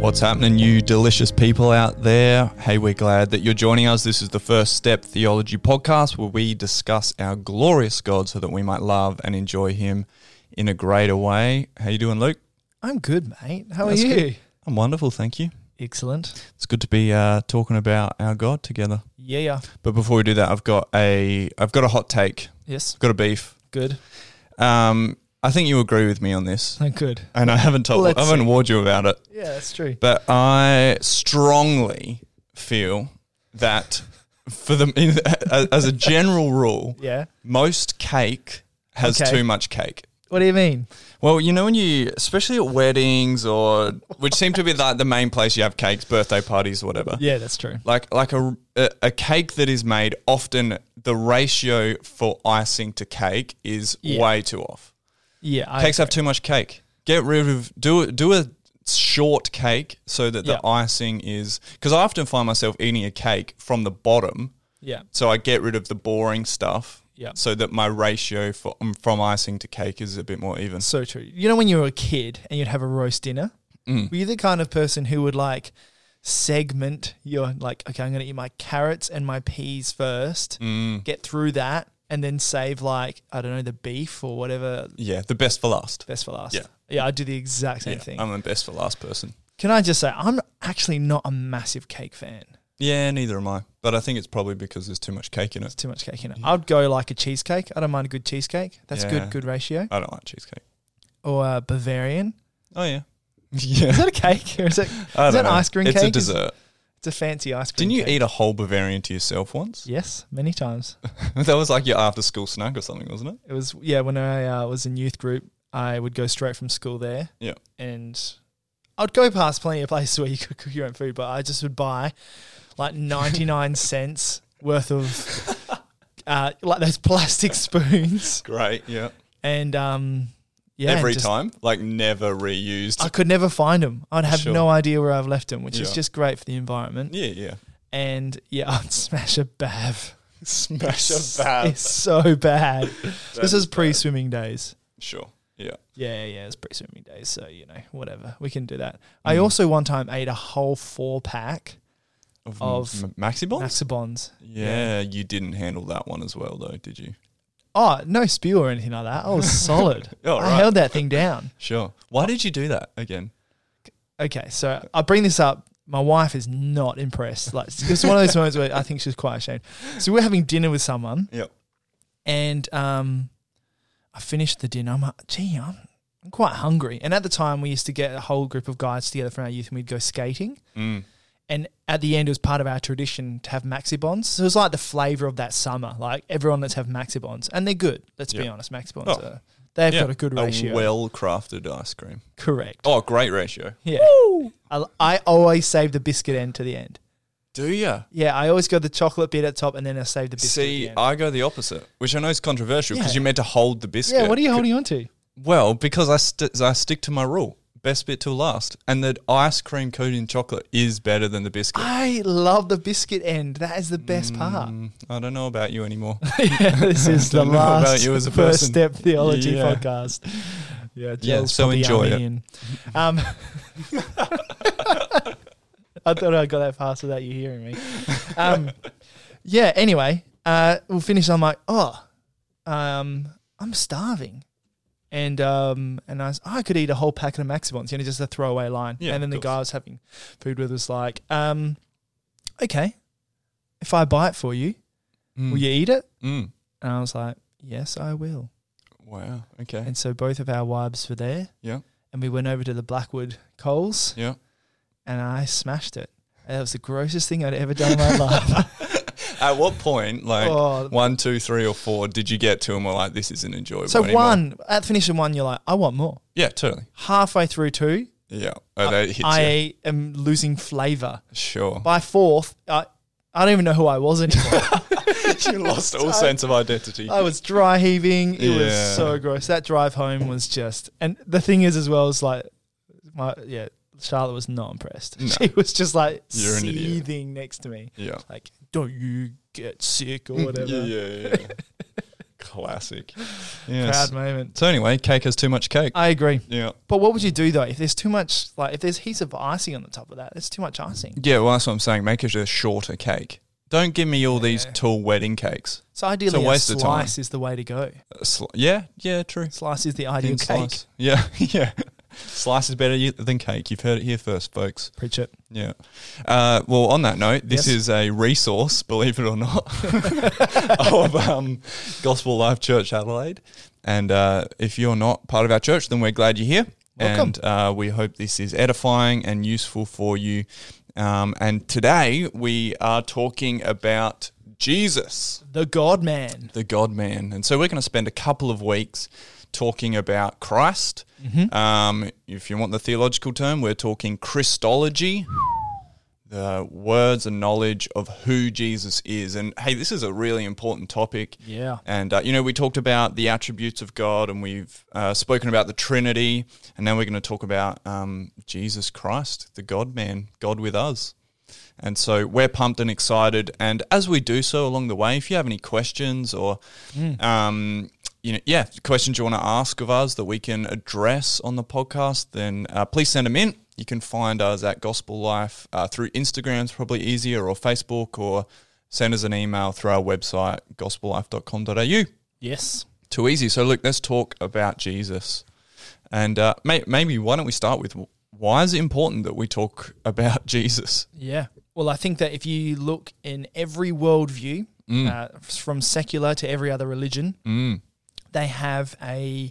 What's happening, you delicious people out there? Hey, we're glad that you're joining us. This is the First Step Theology podcast where we discuss our glorious God so that we might love and enjoy him in a greater way. How you doing, Luke? I'm good, mate. How That's are you? good. I'm wonderful, thank you. Excellent. It's good to be uh, talking about our God together. Yeah, yeah. But before we do that, I've got a I've got a hot take. Yes. I've got a beef. Good. Um, I think you agree with me on this, I'm good. and I haven't told Let's I haven't warned you about it. Yeah, that's true. But I strongly feel that for the in, as a general rule, Yeah. most cake has Okay. too much cake. What do you mean? Well, you know when you, especially at weddings or which seem to be like the main place you have cakes, birthday parties, or whatever. Yeah, that's true. Like like a, a a cake that is made often the ratio for icing to cake is Yeah. way too off. Yeah. I, Cakes have too much cake. Get rid of do do a short cake so that the Yeah. icing is because I often find myself eating a cake from the bottom, yeah. so I get rid of the boring stuff. Yeah. So that my ratio for, um, from icing to cake is a bit more even. So true. You know, when you were a kid and you'd have a roast dinner, were you the kind of person who would like segment your, like, okay, I'm going to eat my carrots and my peas first, Mm, get through that, and then save, like, I don't know, the beef or whatever, Yeah, the best for last. best for last? Yeah. Yeah, I do the exact same Yeah, thing. I'm the best for last person. Can I just say, I'm actually not a massive cake fan. Yeah, neither am I. But I think it's probably because there's too much cake in it. too much cake in it. I'd go like a cheesecake. I don't mind a good cheesecake. That's Mm. Yeah. good, good ratio. I don't like cheesecake. Or uh, Bavarian. Oh yeah, Is yeah. that a cake or is it? I don't is that know. ice cream It's a cake? dessert. It's a fancy ice cream. Didn't you cake. eat a whole Bavarian to yourself once? Yes, many times. that was like your after-school snack or something, wasn't it? It was yeah. When I uh, was in youth group, I would go straight from school there. Yeah. and I'd go past plenty of places where you could cook your own food, but I just would buy like ninety nine cents worth of uh, like those plastic spoons Great. Yeah. and um yeah and Every just- time, like never reused. I could never find them. I'd have Sure. no idea where I've left them, which is Yeah. just great for the environment. yeah, yeah. And yeah, I'd smash a bav. Smash It's- It's so bad. this is pre swimming days. Sure. Yeah. Yeah, yeah, it's pre swimming days. So, you know, whatever. We can do that. I Mm. also one time ate a whole four pack Of, Of- m- maxi bonds. Maxabons. yeah, you didn't handle that one as well, though, did you? Oh, no spew or anything like that. I was solid. Oh, I right. held that thing down. Sure. Why did you do that again? Okay, so I bring this up. My wife is not impressed. Like it's one of those moments where I think she's quite ashamed. So we're having dinner with someone, Yep. and um, I finished the dinner. I'm like, gee, I'm, I'm quite hungry. And at the time, we used to get a whole group of guys together from our youth, and we'd go skating. Mm. And at the end, it was part of our tradition to have maxi bonds. So it was like the flavor of that summer. Like everyone, let's have maxi bonds, and they're good. Let's be Yeah. honest, maxi bonds Oh. are they've Yeah, got a good ratio. A well-crafted ice cream. Correct. Oh, great ratio. Yeah, I, I always save the biscuit end to the end. Do you? Yeah, I always go the chocolate bit at top and then I save the biscuit. See, at the end. I go the opposite, which I know is controversial because Yeah. you're meant to hold the biscuit. yeah, what are you holding on to? Well, because I st- I stick to my rule, best bit till last, and the ice cream coated in chocolate is better than the biscuit. I love the biscuit end. That is the Ah, best part. Mm, I don't know about you anymore. yeah, this is the Don't know last about you as a first person. step theology Yeah. podcast. Yeah, so enjoy it. it. Um, I thought I got that fast without you hearing me. Um, yeah. Anyway, uh, we'll finish. I'm like, oh, um, I'm starving. And um and I was, I could eat a whole packet of Maximons, you know, just a throwaway line. Yeah, and then of the course. guy I was having food with was like, um, okay, if I buy it for you, will you eat it? Mm. And I was like, yes, I will. Wow. Okay. And so both of our wives were there. Yeah. And we went over to the Blackwood Coles Yeah. and I smashed it. And that was the grossest thing I'd ever done in my life. At what point, like Oh. one, two, three, or four, did you get to and were like, "This isn't enjoyable"? So anymore? one, at finishing one, you're like, I want more. Yeah, totally. Halfway through two, Yeah. Oh, that hits you. I am losing flavor. Sure. By fourth, I, I don't even know who I was anymore. you lost all sense of identity. I was dry heaving. It Yeah. was so gross. That drive home was just, and the thing is, as well, is like, my yeah, Charlotte was not impressed. No. She was just like You're an idiot. seething next to me, yeah. like, "Don't you get sick or Mm, Yeah, whatever?" yeah, yeah. Classic. Yes. Proud moment. So anyway, cake has too much cake. I agree. yeah. But what would you do though if there's too much, like if there's heaps of icing on the top of that? There's too much icing. Yeah, well, that's what I'm saying. Make it a shorter cake. Don't give me all these Yeah. tall wedding cakes. So ideally, a, waste of time. slice is the way to go. A sli- yeah, yeah, true. Slice is the Thin ideal cake. slice. Yeah, yeah. Slice is better y- than cake. You've heard it here first, folks. Preach it. Yeah. Uh, well, on that note, this Yes. is a resource, believe it or not, of um, Gospel Life Church Adelaide. And uh, if you're not part of our church, then we're glad you're here. Welcome. And uh, we hope this is edifying and useful for you. Um, and today we are talking about Jesus The God Man. the God man. And so we're going to spend a couple of weeks talking about Christ. Mm-hmm. Um, if you want the theological term, we're talking Christology, the words and knowledge of who Jesus is. And hey, this is a really important topic. Yeah. And, uh, you know, we talked about the attributes of God and we've uh, spoken about the Trinity. And now we're going to talk about um, Jesus Christ, the God man, God with us. And so we're pumped and excited. And as we do so along the way, if you have any questions or, um, you know, yeah, questions you want to ask of us that we can address on the podcast, then uh, please send them in. You can find us at Gospel Life uh, through Instagram's probably easier, or Facebook, or send us an email through our website, gospellife.com.au. Yes. Too easy. So, look, let's talk about Jesus. And uh, may- maybe why don't we start with why is it important that we talk about Jesus? Yeah. Well, I think that if you look in every worldview, uh, from secular to every other religion, Mm. they have a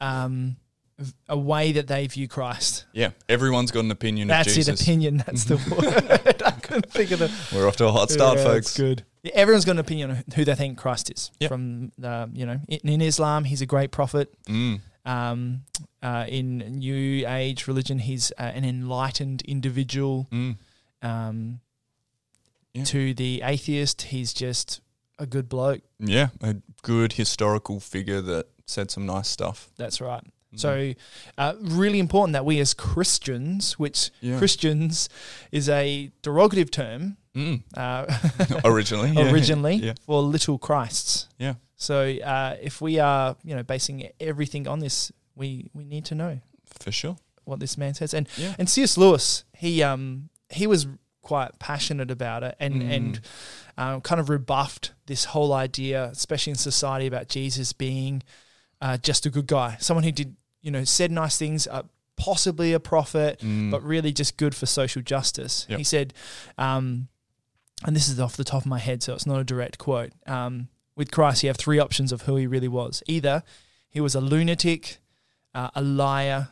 um, v- a way that they view Christ. Yeah, everyone's got an opinion That's of it. Jesus. Opinion. That's the word. I couldn't think of the We're off to a hot start, Yeah, that's folks. Good. Yeah, Everyone's got an opinion on who they think Christ is. Yep. From the, you know, in, in Islam, he's a great prophet. Mm. Um, uh, in New Age religion, he's uh, an enlightened individual. Mm. um, Yeah. to the atheist, he's just a good bloke. Yeah, a good historical figure that said some nice stuff. That's right. Mm-hmm. So, uh, really important that we as Christians, which Yeah. Christians is a derogative term Mm. uh, Originally. yeah. originally Yeah. for little Christs. Yeah. So, uh, if we are, you know, basing everything on this, we we need to know For sure. what this man says. And Yeah. and C.S. Lewis, he um he was quite passionate about it, and Mm. and um, kind of rebuffed this whole idea, especially in society, about Jesus being uh, just a good guy, someone who did you know said nice things, uh, possibly a prophet, Mm. but really just good for social justice. Yep. He said, um, and this is off the top of my head, so it's not a direct quote. Um, with Christ, you have three options of who he really was: either he was a lunatic, uh, a liar,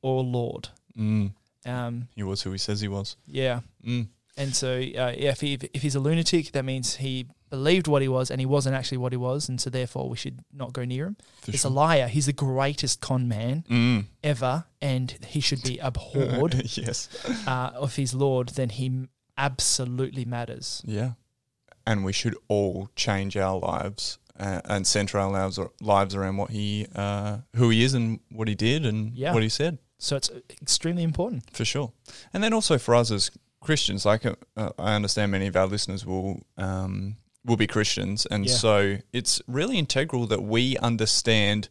or Lord. Mm. Um, He was who he says he was. yeah. Mm. And so, uh, yeah, if, he, if he's a lunatic, that means he believed what he was and he wasn't actually what he was. And so, therefore, we should not go near him. For He's a sure. liar. He's the greatest con man Mm. ever. And he should be abhorred. yes. uh, if he's Lord, then he absolutely matters. Yeah. And we should all change our lives uh, and center our lives, lives around what he, uh, who he is and what he did and Yeah. what he said. So, it's uh, extremely important. For sure. And then also for us as Christians, like uh, uh, I understand many of our listeners will um, will be Christians, and Yeah. so it's really integral that we understand.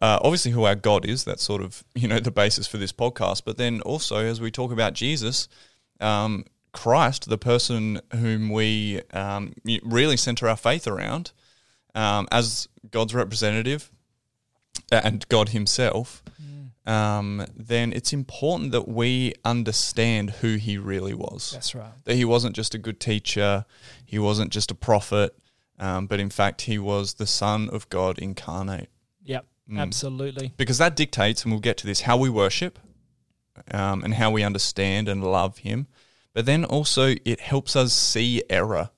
Uh, obviously, who our God is, that's sort of, you know, the basis for this podcast. But then also, as we talk about Jesus, um, Christ, the person whom we um, y- really center our faith around um, as God's representative and God Himself, um, then it's important that we understand who He really was. That's right. That He wasn't just a good teacher, He wasn't just a prophet, um, but in fact, He was the Son of God incarnate Yep. Mm. Absolutely. because that dictates, and we'll get to this, how we worship um, and how we understand and love Him. But then also, it helps us see error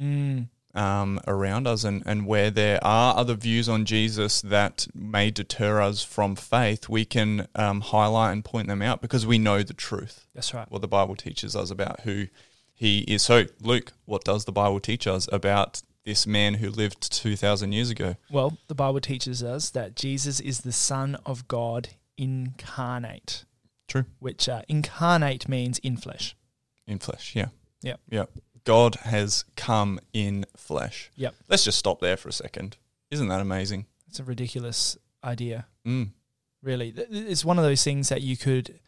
Mm. um, around us and, and where there are other views on Jesus that may deter us from faith, we can um, highlight and point them out because we know the truth, That's right. what the Bible teaches us about who He is. So, Luke, what does the Bible teach us about this man who lived 2,000 years ago? Well, the Bible teaches us that Jesus is the Son of God incarnate, True. which uh, incarnate means in flesh. In flesh, yeah. Yep. Yeah. God has come in flesh. Yep. Let's just stop there for a second. Isn't that amazing? It's a ridiculous idea, Mm. really. Th- th- It's one of those things that you could,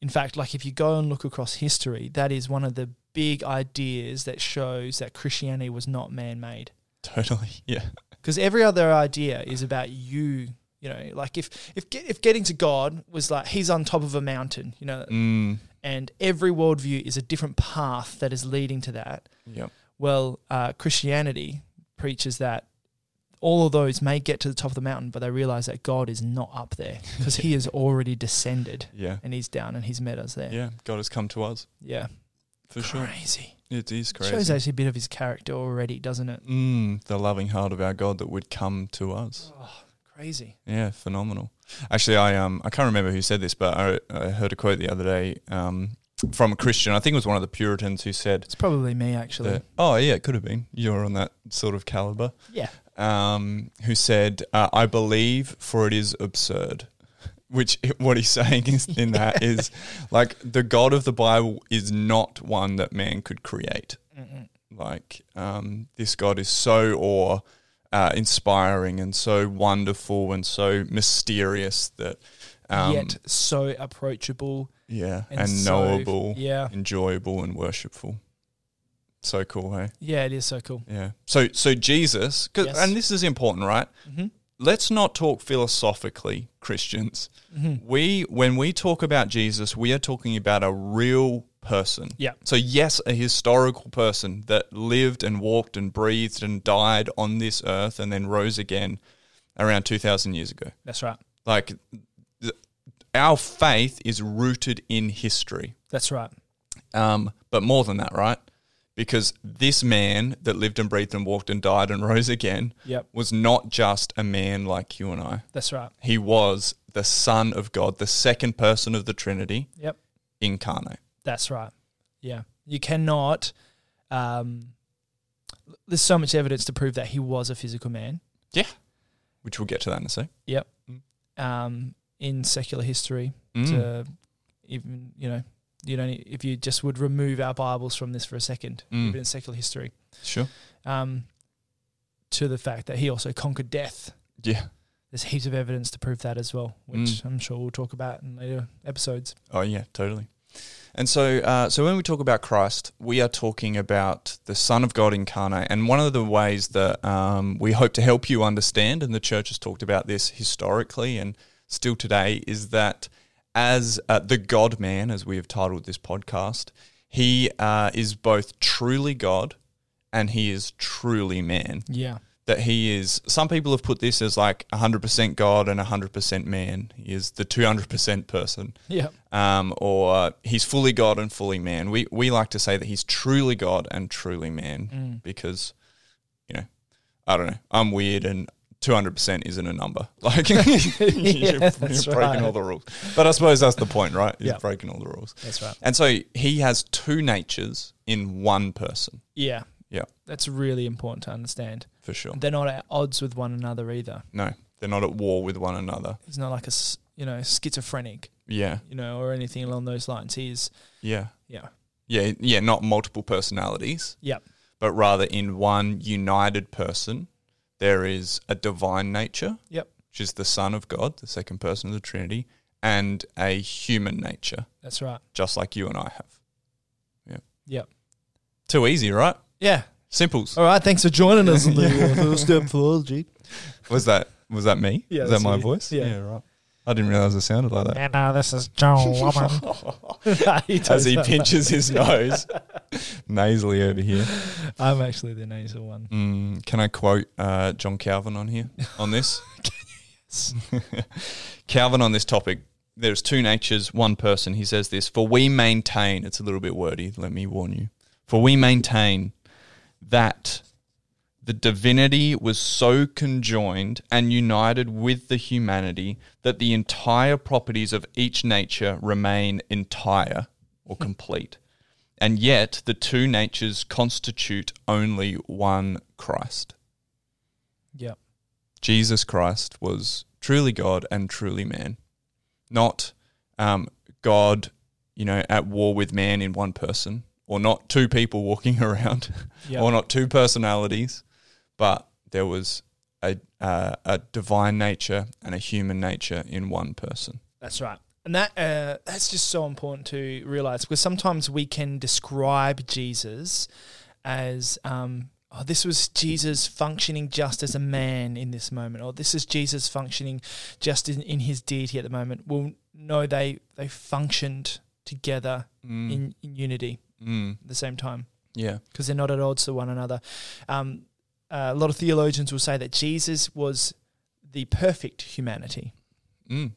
in fact, like if you go and look across history, that is one of the big ideas that shows that Christianity was not man made. Totally. Yeah. because every other idea is about you you know like if if get, if getting to god was like he's on top of a mountain you know Mm. and every worldview is a different path that is leading to that Yep. well uh, christianity preaches that all of those may get to the top of the mountain but they realize that god is not up there because he has already descended Yeah. and he's down and he's met us there Yeah. God has come to us yeah. for sure. crazy It is crazy. shows actually a bit of his character already doesn't it mm, the loving heart of our God that would come to us. crazy Yeah, phenomenal. Actually, I um I can't remember who said this, but I, I heard a quote the other day um from a Christian. I think it was one of the Puritans who said, it's probably me actually that, "Oh yeah, it could have been you're on that sort of caliber." yeah Um, who said, uh, "I believe, for it is absurd." Which what he's saying is in that is like the God of the Bible is not one that man could create Mm-mm. like um, this god is so awe uh, inspiring and so wonderful and so mysterious that um, yet so approachable yeah and, and, so- knowable yeah, enjoyable and worshipful so cool hey yeah, it is so cool. yeah so so jesus 'cause- Yes. and this is important right Mm-hmm. let's not talk philosophically christians Mm-hmm. we when we talk about Jesus, we are talking about a real person. Yeah. So yes, a historical person that lived and walked and breathed and died on this earth and then rose again around 2000 years ago. That's right. Like th- our faith is rooted in history. That's right. Um, but more than that, right? Because this man that lived and breathed and walked and died and rose again Yep. was not just a man like you and I. That's right. He was the Son of God, the second person of the Trinity Yep. incarnate. That's right. Yeah. You cannot. Um, there's so much evidence to prove that he was a physical man. Which we'll get to that in a sec. Um, in secular history, Mm. to even you know, you don't. e, If you just would remove our Bibles from this for a second, Mm. even in secular history, Sure. um, to the fact that he also conquered death. Yeah. there's heaps of evidence to prove that as well, which Mm. I'm sure we'll talk about in later episodes. Oh yeah, totally. And so, uh, so when we talk about Christ, we are talking about the Son of God incarnate. And one of the ways that um, we hope to help you understand, and the church has talked about this historically and still today, is that as uh, the God Man, as we have titled this podcast, he uh, is both truly God and he is truly man. Yeah. that he is. Some people have put this as like 100% God and 100% man. He is the 200% person, Yeah. um, or he's fully God and fully man. We we like to say that he's truly God and truly man Mm. because, you know, I don't know. I'm weird and. 200% isn't a number. Like, you've, that's breaking right. all the rules. But I suppose that's the point, right? You've Yeah. broken all the rules. That's right. And so he has two natures in one person, Yeah. Yeah. That's really important to understand. for sure. They're not at odds with one another either. No, they're not at war with one another. He's not like a, s- you know, schizophrenic, Yeah, you know, or anything along those lines. He's, yeah. yeah. Yeah, yeah, not multiple personalities. Yep. But rather in one united person, there is a divine nature. Yep. Which is the Son of God, the second person of the Trinity, and a human nature, That's right. just like you and I have. Yeah. Yep. Oh. Too easy, right? Yeah. Simples. All right. Thanks for joining us on the Yeah. uh, First Step Theology. Was that was that me? Yeah, Was that's that my you. voice? Yeah. right. I didn't realize it sounded like that. And now this is Joe Woman. He As does he that. pinches his nose, nasally over here. I'm actually the nasal one. Mm, can I quote uh, John Calvin on here on this? Calvin on this topic. There's two natures, one person. He says this for we maintain. It's a little bit wordy. Let me warn you. For we maintain that the divinity was so conjoined and united with the humanity that the entire properties of each nature remain entire or complete. And yet, the two natures constitute only one Christ. Yep. Jesus Christ was truly God and truly man, not um, God, you know, at war with man in one person, or not two people walking around, Yep. or not two personalities, but there was a, uh, a divine nature and a human nature in one person. That's right. And that uh, that's just so important to realize because sometimes we can describe Jesus as um, oh, this was Jesus functioning just as a man in this moment, or this is Jesus functioning just in, in his deity at the moment. Well, no, they they functioned together Mm. in, in unity Mm. at the same time Yeah. because they're not at odds to one another. Um, uh, a lot of theologians will say that Jesus was the perfect humanity Mm.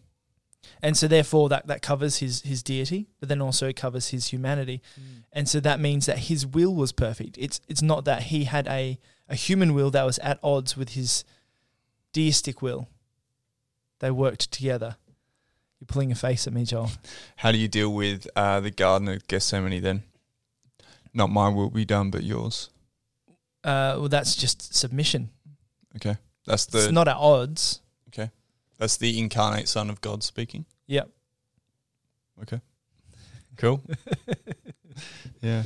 and so therefore that, that covers his his deity but then also covers his humanity and so that means that his will was perfect it's it's not that he had a a human will that was at odds with his deistic will they worked together you're pulling a face at me joel How do you deal with uh, the Garden of Gethsemane then? Not mine will be done, but yours. uh, well that's just submission That's the it's not at odds that's the incarnate Son of God speaking. Yep. Okay. Cool. yeah.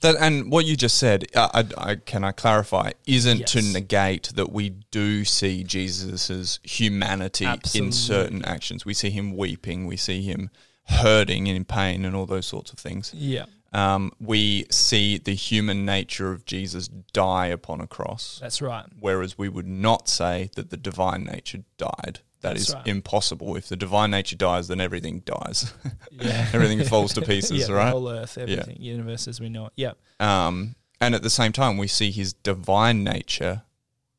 That and what you just said, uh, I, I, can I clarify? Isn't to Yes. negate that we do see Jesus's humanity in Absolutely. certain actions. We see him weeping. We see him hurting and in pain and all those sorts of things. yeah um, we see the human nature of Jesus die upon a cross, that's right whereas we would not say that the divine nature died. That That's is right. impossible. If the divine nature dies, then everything dies. yeah everything falls to yeah pieces, the right? whole earth everything universe as we know it yeah Um, and at the same time, we see his divine nature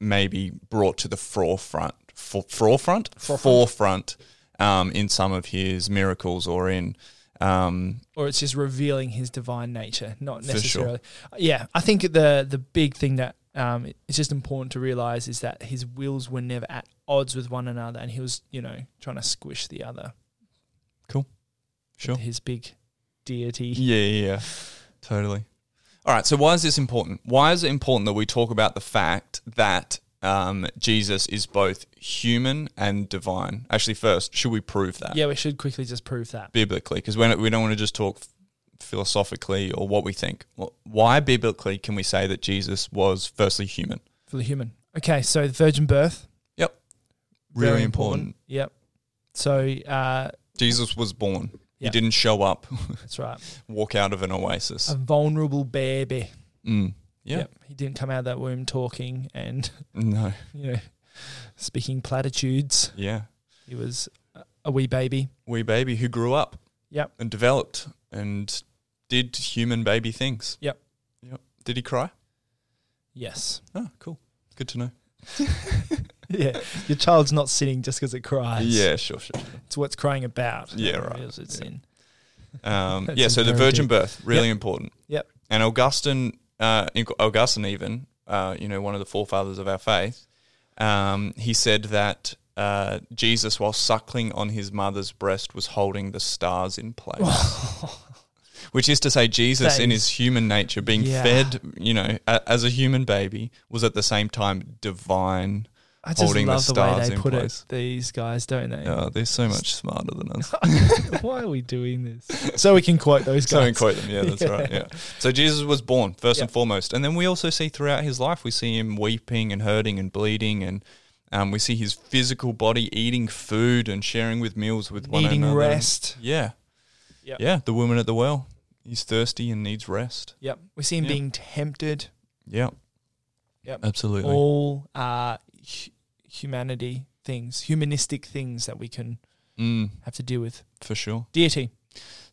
maybe brought to the forefront, for, forefront, Forefront. forefront um, in some of his miracles or in um, or it's just revealing his divine nature, not For sure. necessarily. Yeah, I think the the big thing that um, it's just important to realize is that his wills were never at odds with one another, and he was, you know, trying to squish the other. Cool. Sure. His big deity. Yeah, yeah, yeah. Totally. All right. So, why is this important? Why is it important that we talk about the fact that um, Jesus is both human and divine? Actually, first, should we prove that Yeah, we should quickly just prove that. biblically? Because we don't want to just talk philosophically or what we think. Wh- Why biblically can we say that Jesus was firstly human? for the human. Okay, so the virgin birth. Yep. very Really important. Yep. So uh, Jesus was born. Yeah. He didn't show up, that's right. walk out of an A oasis. vulnerable baby. Mm. Yeah. He didn't come out of that womb talking and, No. you know, speaking platitudes. Yeah. He was a- a wee baby. wee baby who grew up. Yep. And developed and did human baby things. Yep. Yep. Did he cry? Yes. Oh, cool. Good to know. yeah. Your child's not sinning just because it cries. Yeah, sure, sure. It's what's crying about. Yeah, right. It's it's sin. Um, That's yeah, so the imperative. virgin birth, really important. Yep. And Augustine, uh, in- Augustine even, uh, you know, one of the forefathers of our faith, um, he said that uh, Jesus, while suckling on his mother's breast, was holding the stars in place. Which is to say, Jesus, That in is- his human nature, being Yeah. fed, you know, a, as a human baby, was at the same time divine. I just Holding the love the, way stars they in put place. it. These guys, don't they? Oh, they're so much smarter than us. Why are we doing this? So we can quote those So guys. in quote them, yeah, that's right. Yeah. So Jesus was born first and foremost, and then we also see throughout his life we see him weeping and hurting and bleeding, and um, we see his physical body eating food and sharing with meals with one Needing another. rest. Yeah. Yep. Yeah. The woman at the well. He's thirsty and needs rest. Yep. We see him Yeah. being tempted. Yeah. Yep. Absolutely. All uh, hu- humanity things, humanistic things that we can Mm, have to deal with. for sure. Deity.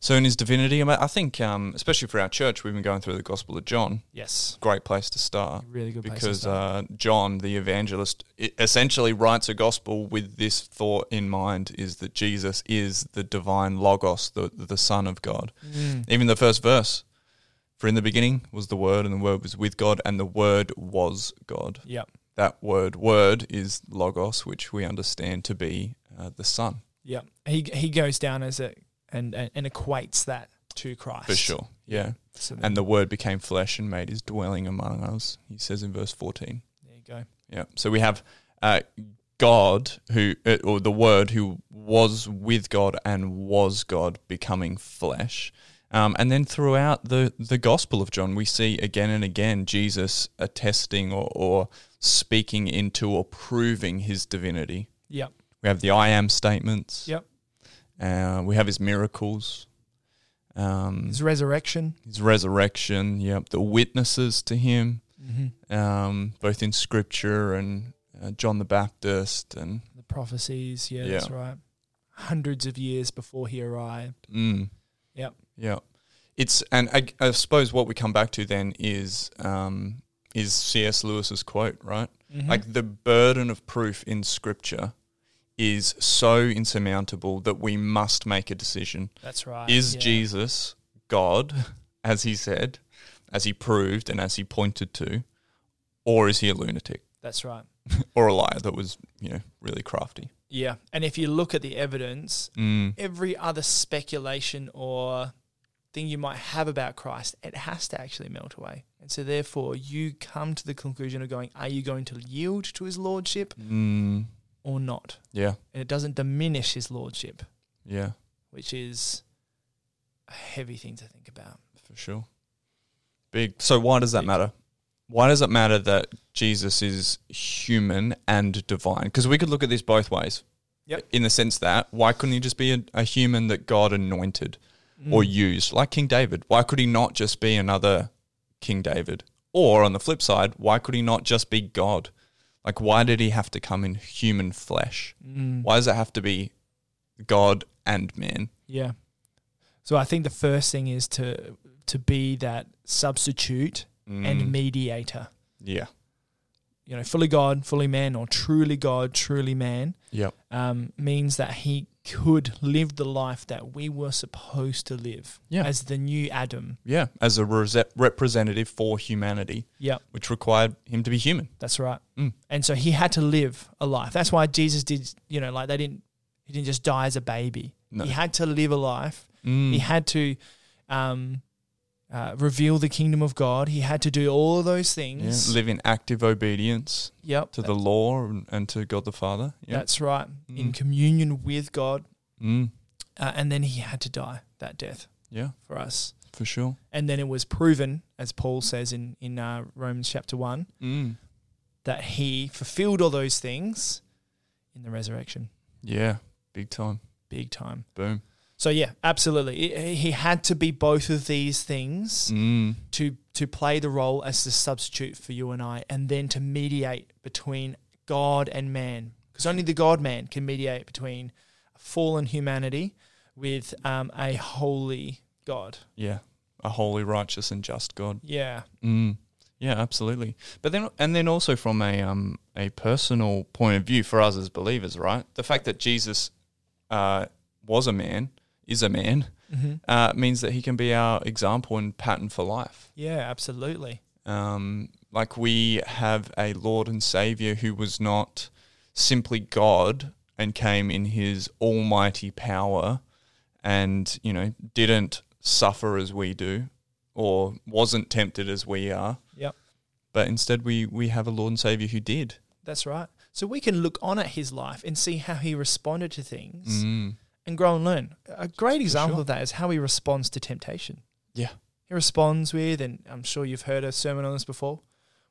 So in his divinity, I mean, I think, um, especially for our church, we've been going through the Gospel of John. Yes. Great place to start. Really good place to because start. uh, John the evangelist i- essentially writes a gospel with this thought in mind is that Jesus is the divine logos the the son of God Mm. even the first verse for in the beginning was the word and the word was with God and the word was God Yep. that word word is logos which we understand to be uh, the son Yeah, he he goes down as a and and, and equates that to Christ for sure yeah So and the word became flesh and made his dwelling among us he says in verse 14 there you go. Yeah. So we have uh, God, who uh, or the Word, who was with God and was God, becoming flesh. Um, and then throughout the the Gospel of John, we see again and again Jesus attesting or, or speaking into or proving his divinity. Yep. We have the I am statements. Yep. Uh, we have his miracles. Um, His resurrection. his resurrection. Yep, the witnesses to him, Mm-hmm. um, both in Scripture and uh, John the Baptist, and The prophecies. Yeah, that's Yeah. right. Hundreds of years before he arrived. mm, Yep. yeah, it's and I, I suppose what we come back to then is um, is C.S. Lewis's quote, right? Mm-hmm. Like the burden of proof in Scripture is so insurmountable that we must make a decision. that's right. Is Ah, yeah. Jesus God, as he said, as he proved, and as he pointed to, or is he a lunatic? That's right. or a liar that was you know really crafty. Yeah. And if you look at the evidence, Mm. every other speculation or thing you might have about Christ, it has to actually melt away. And so, therefore, you come to the conclusion of going, are you going to yield to his lordship Mm. or not? Yeah, And it doesn't diminish his lordship, yeah, which is a heavy thing to think about. for sure. Big. So why does that Big. matter? Why does it matter that Jesus is human and divine? Because we could look at this both ways. Yep. In the sense that why couldn't he just be a, a human that God anointed or Mm. used, like King David? Why could he not just be another King David? Or on the flip side, why could he not just be God? Like why did he have to come in human flesh? Mm. Why does it have to be God and man? Yeah. So I think the first thing is to to be that substitute Mm, and mediator. yeah, You know, fully God, fully man, or truly God, truly man. yep, um, means that he could live the life that we were supposed to live Yeah. as the new Adam. yeah. As a rese- representative for humanity, Yeah, which required him to be human. that's right. Mm. And so he had to live a life. That's why Jesus did, you know, like they didn't, he didn't just die as a baby. No. He had to live a life. Mm, He had to um, uh, reveal the kingdom of God. He had to do all of those yeah. things. Live in active obedience Yep. to the law and, and to God the Father. Yeah, That's right. In Mm. communion with God. mm, Uh, and then he had to die that death yeah, for us. for sure. and then it was proven, as Paul says in in uh, Romans chapter one, Mm, that he fulfilled all those things in the resurrection, yeah, big time. big time. Boom. So yeah, absolutely, I- he had to be both of these things Mm, to to play the role as the substitute for you and I, and then to mediate between God and man, because only the God man can mediate between fallen humanity with um, a holy God. yeah, a holy, righteous, and just God. Yeah, Mm. Yeah, absolutely. But then, and then also from a um a personal point of view for us as believers, right? The fact that Jesus uh, was a man, is a man, hmm uh, means that he can be our example and pattern for life. yeah, absolutely. Um, like we have a Lord and Savior who was not simply God and came in His almighty power, and you know didn't suffer as we do, or wasn't tempted as we are Yep. but instead we we have a Lord and Savior who did. That's right. So we can look on at his life and see how he responded to things Mm, and grow and learn. A great example sure. of that is how he responds to temptation. Yeah. He responds with, and I'm sure you've heard a sermon on this before,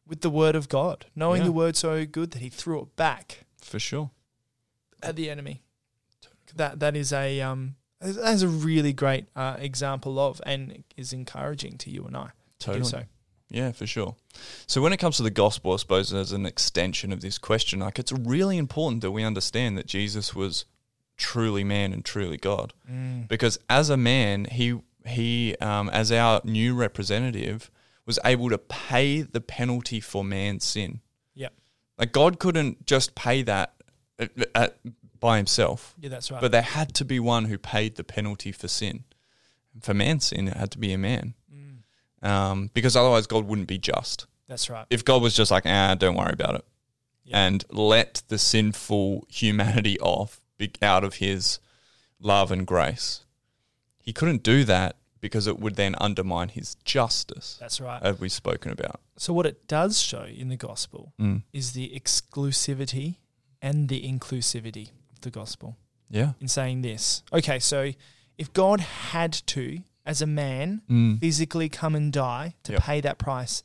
with the word of God, knowing Yeah. the word so good that he threw it back For sure. at the enemy. That that is a um that is a really great uh, example of and is encouraging to you and I to do so. Yeah, for sure. So when it comes to the gospel, I suppose as an extension of this question, like it's really important that we understand that Jesus was truly man and truly God, because as a man, he he um, as our new representative was able to pay the penalty for man's sin. Yep. Like God couldn't just pay that uh uh by himself. Yeah, that's right. But there had to be one who paid the penalty for sin. And For man's sin, it had to be a man. Um, because otherwise, God wouldn't be just. that's right. If God was just like, ah, don't worry about it, Yeah. and let the sinful humanity off be- out of his love and grace, he couldn't do that because it would then undermine his justice, That's right. as we've spoken about. So what it does show in the gospel Mm. is the exclusivity and the inclusivity of the gospel Yeah. in saying this. Okay, so if God had to, as a man, Mm. physically come and die to Yep. Mm. pay that price,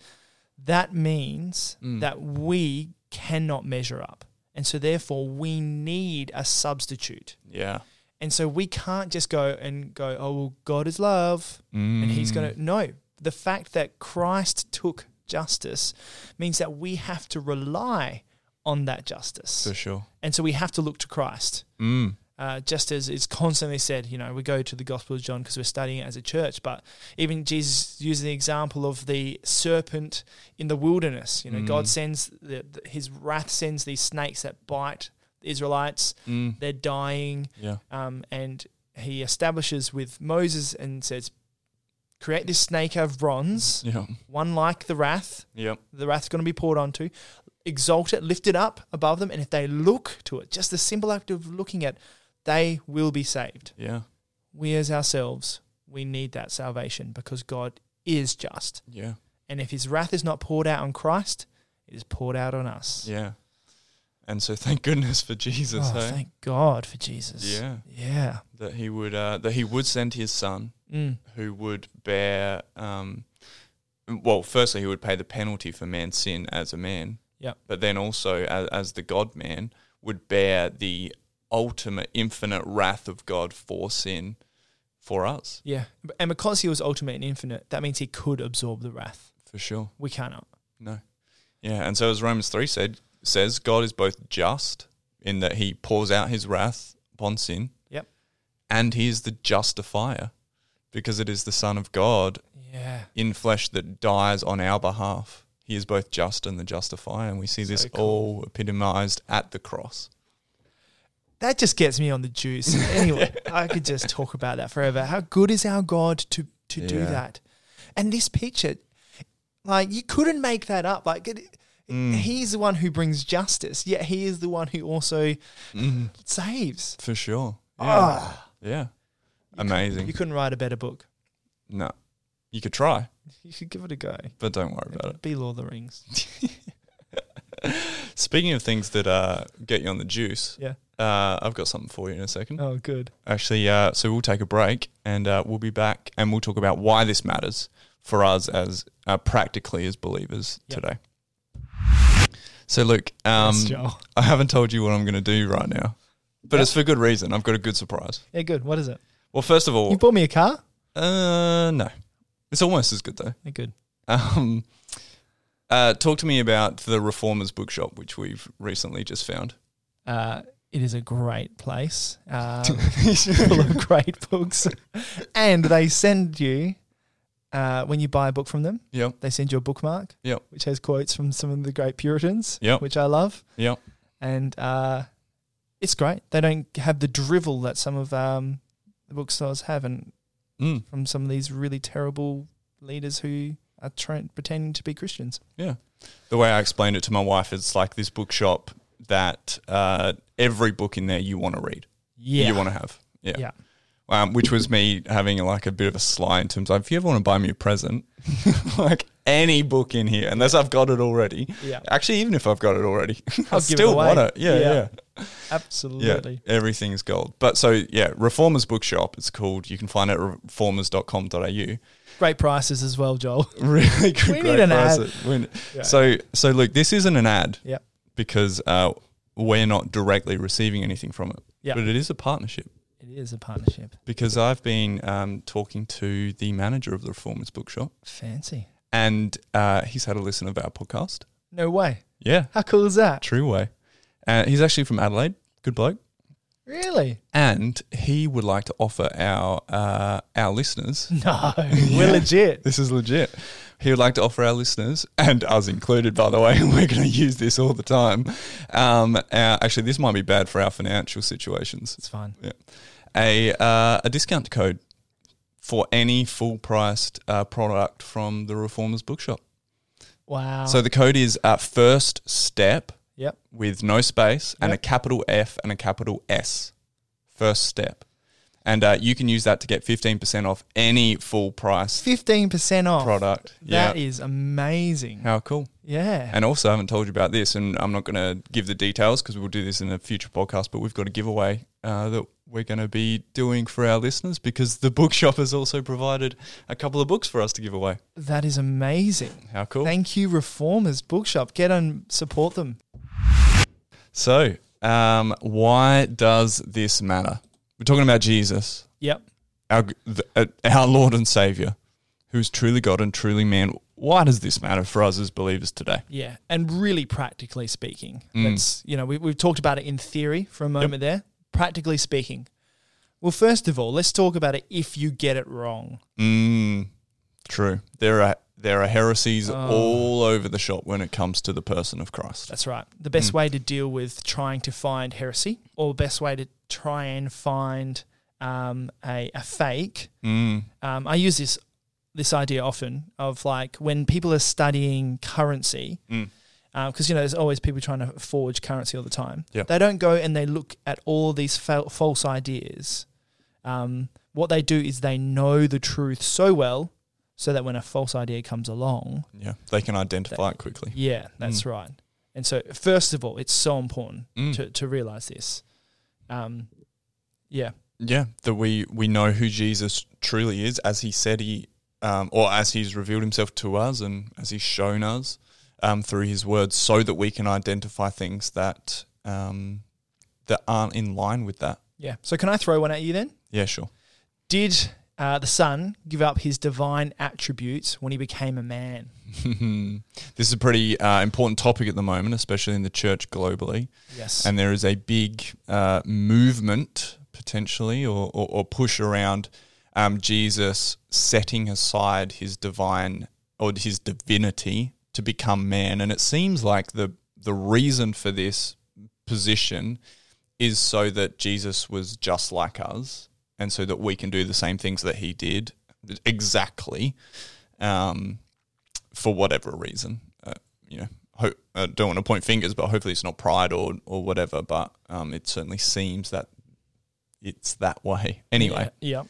that means that we cannot measure up. And so therefore we need a substitute. Yeah. And so we can't just go and go, oh, well, God is love and Mm. he's going to. No, the fact that Christ took justice means that we have to rely on that justice. For sure. And so we have to look to Christ. Mm. Uh, just as it's constantly said, you know, we go to the Gospel of John because we're studying it as a church, but even Jesus uses the example of the serpent in the wilderness. You know, God sends the, the, his wrath sends these snakes that bite the Israelites. Mm. They're dying, Yeah. um, and he establishes with Moses and says, "Create this snake out of bronze, Yeah. one like the wrath, Yep. the wrath's going to be poured onto. Exalt it, lift it up above them, and if they look to it, just the simple act of looking at, they will be saved. Yeah. We as ourselves, we need that salvation because God is just, Yeah. and if His wrath is not poured out on Christ, it is poured out on us. Yeah. And so thank goodness for Jesus, Oh, hey? thank God for Jesus. Yeah. Yeah. That he would uh, that he would send his son Mm. who would bear um well, firstly he would pay the penalty for man's sin as a man. Yep. But then also as, as the God man would bear the ultimate infinite wrath of God for sin for us. Yeah. And because He was ultimate and infinite, that means He could absorb the wrath. For sure. We cannot. No. Yeah, and so as Romans 3 said says God is both just in that he pours out his wrath upon sin. Yep. And he is the justifier because it is the son of God Yeah. in flesh that dies on our behalf. He is both just and the justifier and we see this So cool. all epitomized at the cross. that just gets me on the juice. Anyway, I could just talk about that forever. How good is our God to to do Yeah. that? And this picture, like you couldn't make that up. Like it, Mm. he's the one who brings justice, yet he is the one who also saves. Mm, For sure. Yeah. Ah, yeah. Amazing. you couldn't write a better book. no. You could try, You should give it a go. but don't worry about it. Be Lord of the Rings. Speaking of things that uh, get you on the juice, Yeah. uh, I've got something for you in a second. Oh, good. actually uh, so we'll take a break and uh, we'll be back and we'll talk about why this matters for us as uh, practically as believers Yep. today so luke um, Yes, Joel. i haven't told you what i'm going to do right now but Yep. it's for good reason i've got a good surprise Yeah, good. What is it? well first of You all bought me a car. uh, no it's almost as good though Yeah, good. um, uh, talk to me about the reformers bookshop which we've recently just found Uh, it is a great place um, full of great books. And they send you, uh, when you buy a book from them, yep they send you a bookmark, Yep. which has quotes from some of the great Puritans, Yep. which I love. Yep. And uh, it's great. They don't have the drivel that some of um, the bookstores have and mm, from some of these really terrible leaders who are trying, pretending to be Christians. the way I explained it to my wife, it's like this bookshop that uh, every book in there you want to read, Yeah. you want to have, yeah, Yeah. Um, which was me having like a bit of a sly in terms of if you ever want to buy me a present, like any book in here, unless I've got it already. yeah. Actually, even if I've got it already, I I'll give it still away. want it. Yeah, Yeah. yeah, yeah. Absolutely. Everything's gold. But so yeah, Reformers Bookshop. It's called. You can find it at reformers.com.au. Great prices as well, Joel. really good. We need great an ad. prices. We need- Yeah. So, so Luke, this isn't an ad. Yep. Because uh, we're not directly receiving anything from it. Yeah. But it is a partnership It is a partnership. because I've been um, talking to the manager of the Reformers Bookshop, Fancy. and uh, he's had a listen of our podcast. No way. Yeah, How cool is that? true way. Uh, he's actually from Adelaide. Good bloke. Really? And he would like to offer our uh, our listeners No, we're legit. This is legit. He would like to offer our listeners, and us included, by the way, we're going to use this all the time. Um, uh, actually, this might be bad for our financial situations. It's fine. A, uh, a discount code for any full priced uh, product from the Reformers Bookshop. Wow. So the code is uh, first step yep. with no space and Yep. a capital F and a capital S. First step. And uh, you can use that to get 15% off any full price Fifteen percent off. product. That is amazing. How cool. yeah. And also, I haven't told you about this, and I'm not going to give the details because we'll do this in a future podcast, but we've got a giveaway uh, that we're going to be doing for our listeners because the bookshop has also provided a couple of books for us to give away. That is amazing. How cool! Thank you, Reformers Bookshop. Get and support them. so, um, why does this matter? We're talking about Jesus. Yep. our th- uh, our Lord and Savior, who is truly God and truly man. Why does this matter for us as believers today? Yeah. And really practically speaking, Mm. that's, you know, we, we've talked about it in theory for a moment there. Practically speaking. Well, first of all, let's talk about it if you get it wrong. Mm, true. There are there are heresies Oh. all over the shop when it comes to the person of Christ. That's right. The best way to deal with trying to find heresy or best way to try and find um, a, a fake. Mm, Um, I use this this idea often of like when people are studying currency, Mm. because you know there's always people trying to forge currency all the time. Yeah. They don't go and they look at all these fa- false ideas. Um, what they do is they know the truth so well, so that when a false idea comes along, yeah, they can identify it quickly. yeah, that's right. And so, first of all, it's so important Mm. to, to realize this. Um, yeah, Yeah, that we we know who Jesus truly is, as he said he, um, or as he's revealed himself to us, and as he's shown us um, through his words, so that we can identify things that um, that aren't in line with that. yeah. So, can I throw one at you then? Yeah, sure. Did uh, the Son give up his divine attributes when he became a man? this is a pretty uh, important topic at the moment, especially in the church globally. Yes. And there is a big uh, movement potentially or, or, or push around um, Jesus setting aside his divine or his divinity to become man. And it seems like the, the reason for this position is so that Jesus was just like us and so that we can do the same things that he did exactly um, for whatever reason. Uh, you know, ho- I don't want to point fingers, but hopefully it's not pride or or whatever. But um, it certainly seems that it's that way. Anyway, yeah.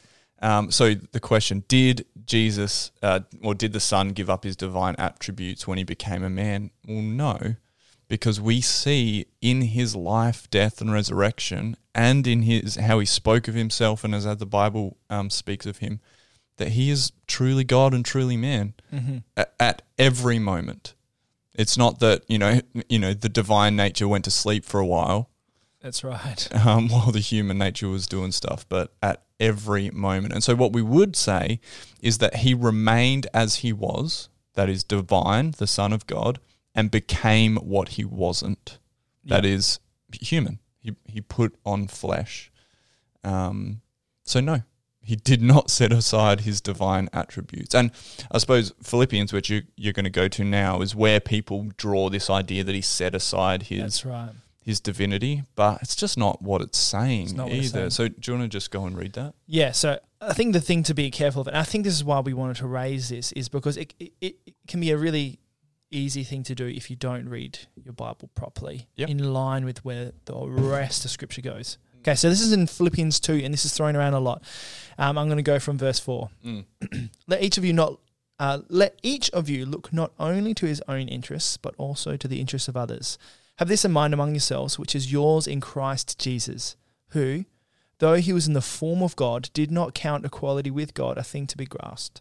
um, so the question: Did Jesus uh, or did the Son give up his divine attributes when he became a man? Well, no. Because we see in his life, death, and resurrection, and in his how he spoke of himself, and as the Bible um, speaks of him, that he is truly God and truly man yeah. hmm a- at every moment. It's not that you know you know the divine nature went to sleep for a while That's right. um, while the human nature was doing stuff, but at every moment. And so what we would say is that he remained as he was, that is divine, the Son of God, and became what he wasn't, that is human. He he put on flesh. Um, so no, he did not set aside his divine attributes. And I suppose Philippians, which you, you're going to go to now, is where people draw this idea that he set aside his That's right. his divinity, but it's just not what it's saying It's not what it's either. saying. So do you want to just go and read that? Yeah. So I think the thing to be careful of, and I think this is why we wanted to raise this, is because it, it, it can be a really easy thing to do if you don't read your Bible properly Yep. in line with where the rest of Scripture goes. Okay. So this is in Philippians 2, and this is thrown around a lot. Um, I'm going to go from verse 4. Let each of you not. Uh, let each of you look not only to his own interests, but also to the interests of others. Have this in mind among yourselves, which is yours in Christ Jesus, who, though he was in the form of God, did not count equality with God a thing to be grasped,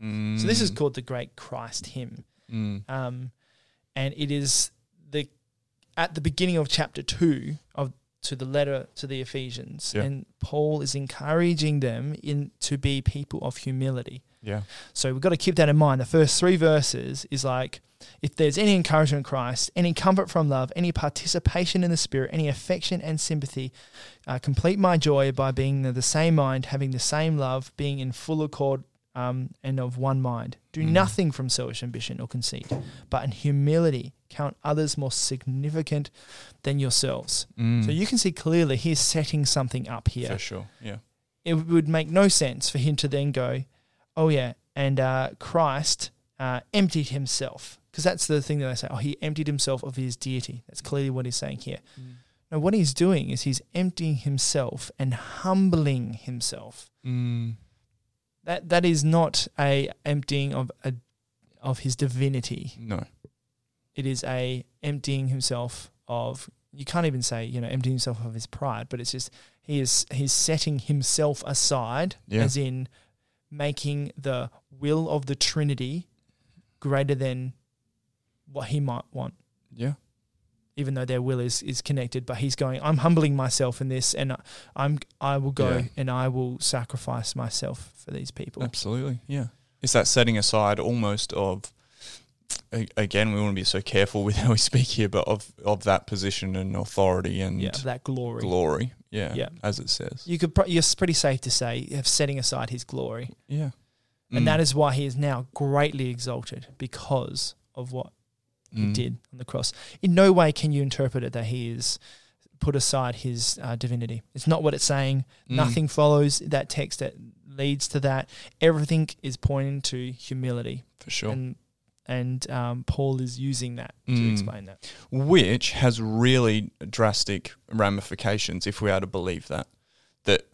So, this is called the Great Christ Hymn Mm. um, and it is the at the beginning of chapter two of to the letter to the Ephesians, Yeah. and Paul is encouraging them in to be people of humility. Yeah. So we've got to keep that in mind. The first three verses is like, if there's any encouragement in Christ, any comfort from love, any participation in the Spirit, any affection and sympathy, uh, complete my joy by being of the same mind, having the same love, being in full accord um, and of one mind. Do nothing from selfish ambition or conceit, but in humility count others more significant than yourselves. So you can see clearly he's setting something up here Mm. for sure. Yeah. it would make no sense for him to then go, oh yeah, and uh, Christ uh, emptied himself because that's the thing that they say. Oh, he emptied himself of his deity. That's clearly what he's saying here. Now, what he's doing is he's emptying himself and humbling himself. Mm. That that is not a emptying of a of his divinity. No. It is a emptying himself of. You can't even say you know emptying himself of his pride, but it's just he is he's setting himself aside Yeah. as in making the will of the Trinity greater than what he might want, Yeah. even though their will is, is connected. But he's going, I'm humbling myself in this, and I- I'm I will go Yeah. and I will sacrifice myself for these people. Absolutely. Yeah. It's that setting aside almost of a- again, we want to be so careful with how we speak here, but of of that position and authority and Yeah, for that glory. glory. Yeah. Yeah. As it says. You could pro- you're pretty safe to say of setting aside his glory, Yeah. Mm. and that is why he is now greatly exalted because of what Mm. he did on the cross. In no way can you interpret it that he is put aside his uh, divinity. It's not what it's saying. Mm. Nothing follows that text that leads to that. Everything is pointing to humility, for sure. and and um, Paul is using that to Mm. explain that. which has really drastic ramifications if we are to believe that that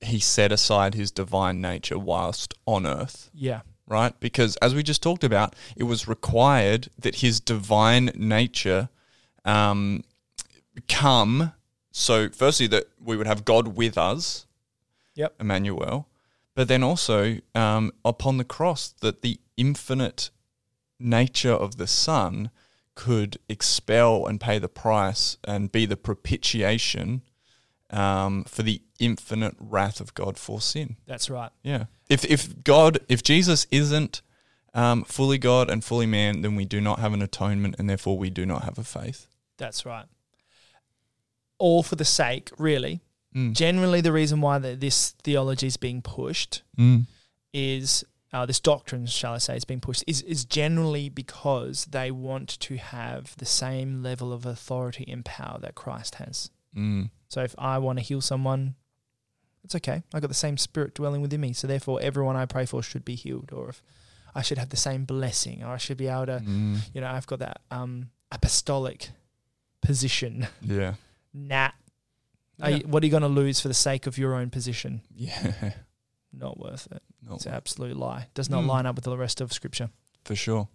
he set aside his divine nature whilst on earth Yeah, right because as we just talked about it was required that his divine nature um, come so firstly that we would have god with us Yep. emmanuel but then also um, upon the cross that the infinite nature of the son could expel and pay the price and be the propitiation um, for the infinite wrath of god for sin that's right. yeah. If if God, if Jesus isn't um, fully God and fully man, then we do not have an atonement, and therefore we do not have a faith. That's right. All for the sake, really. Mm. Generally, the reason why that this theology is being pushed Mm. is uh, this doctrine, shall I say, is being pushed is is generally because they want to have the same level of authority and power that Christ has. Mm. So if I want to heal someone, it's okay. I got the same spirit dwelling within me, so therefore everyone I pray for should be healed, or if I should have the same blessing, or I should be able to, Mm. you know, I've got that um, apostolic position. Yeah. Nah, Are you- what are you going to lose for the sake of your own position? Yeah. Not worth it. Mm. No, It's an absolute lie. Does not Hmm. line up with the rest of Scripture. for sure.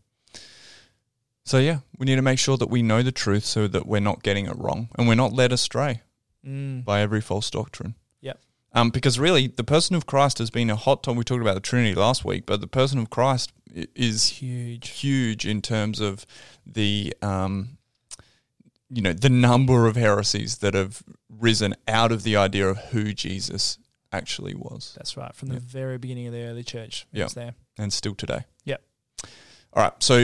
So yeah, we need to make sure that we know the truth, so that we're not getting it wrong, and we're not led astray Mm. by every false doctrine. Yep. Um, because really, the person of Christ has been a hot topic. We talked about the Trinity last week, but the person of Christ i- is huge. huge in terms of the um, you know the number of heresies that have risen out of the idea of who Jesus actually was, That's right. From Yeah. the very beginning of the early church, Yeah. it's there. and still today. Yep. All right. So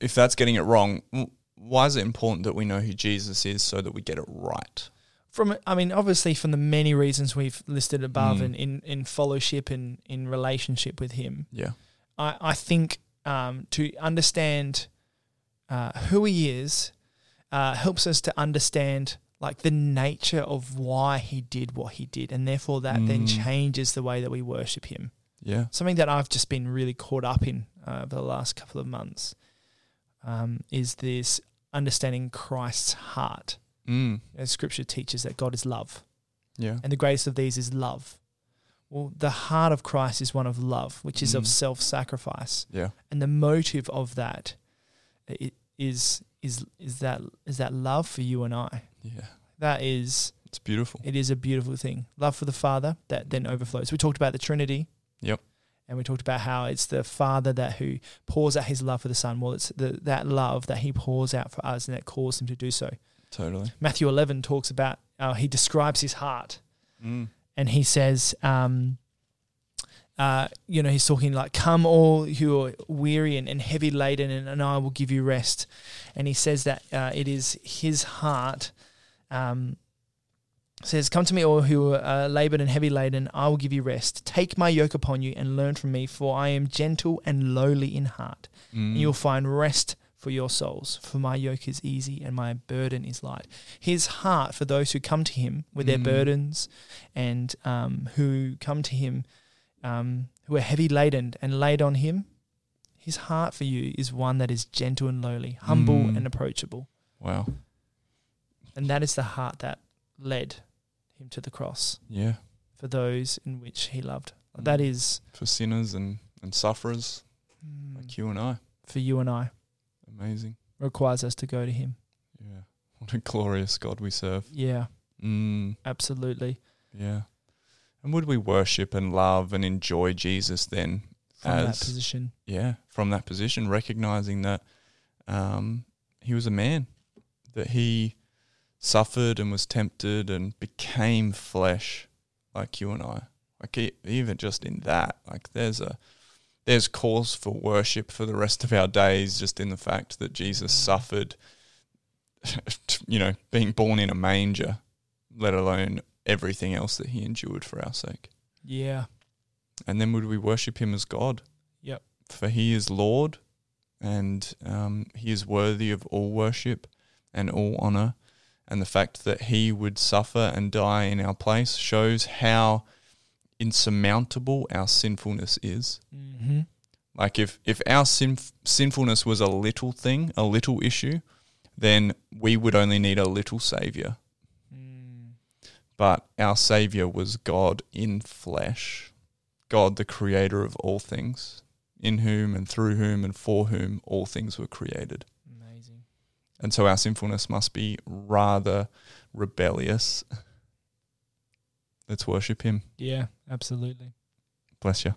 if that's getting it wrong, w- why is it important that we know who Jesus is so that we get it right? From I mean, obviously, from the many reasons we've listed above, Mm. and in in fellowship and in relationship with Him, Yeah. I I think um, to understand uh, who He is uh, helps us to understand like the nature of why He did what He did, and therefore that then Mm. changes the way that we worship Him. Yeah. something that I've just been really caught up in uh, over the last couple of months um, is this understanding Christ's heart. Mm. As scripture teaches that God is love, Yeah. and the greatest of these is love. Well, the heart of Christ is one of love, which is Mm. of self sacrifice. Yeah. And the motive of that i- is, is, is, that, is that love for you and I. Yeah. That is, It's beautiful. it is a beautiful thing. Love for the Father that then overflows. We talked about the Trinity. Yep. And we talked about how it's the Father that who pours out His love for the Son. Well, it's the, that love that He pours out for us, and that caused Him to do so. Totally. Matthew eleven talks about how He describes His heart, Mm. and He says, um, uh, you know, He's talking like, "Come all who are weary and, and heavy laden, and, and I will give you rest." And He says that uh, it is His heart um, says, Come to me, all who are uh, labored and heavy laden, I will give you rest. Take my yoke upon you and learn from me, for I am gentle and lowly in heart. Mm. And you'll find rest for your souls, for my yoke is easy and my burden is light. His heart for those who come to him with their Mm. burdens and um, who come to him, um, who are heavy laden and laid on him. His heart for you is one that is gentle and lowly, humble Mm. and approachable. Wow. And that is the heart that led him to the cross Yeah. for those in which he loved. Mm. That is for sinners and, and sufferers mm, like you and I. for you and I, Amazing. requires us to go to him. Yeah. What a glorious God we serve. Yeah, Mm, absolutely. yeah. And would we worship and love and enjoy Jesus then? From As- that position. Yeah. From that position, recognizing that um, he was a man, that he suffered and was tempted and became flesh like you and I. Like e- even just in that, like there's a there's cause for worship for the rest of our days, just in the fact that Jesus suffered, you know, being born in a manger, let alone everything else that he endured for our sake. Yeah. And then would we worship him as God? Yep. For he is Lord and um, he is worthy of all worship and all honor. And the fact that he would suffer and die in our place shows how insurmountable our sinfulness is. Mm-hmm. Like if if our sinf- sinfulness was a little thing, a little issue, then we would only need a little savior. Mm. But our savior was God in flesh, God the creator of all things, in whom and through whom and for whom all things were created. Amazing. And so our sinfulness must be rather rebellious. Let's worship him. Yeah, absolutely. Bless you.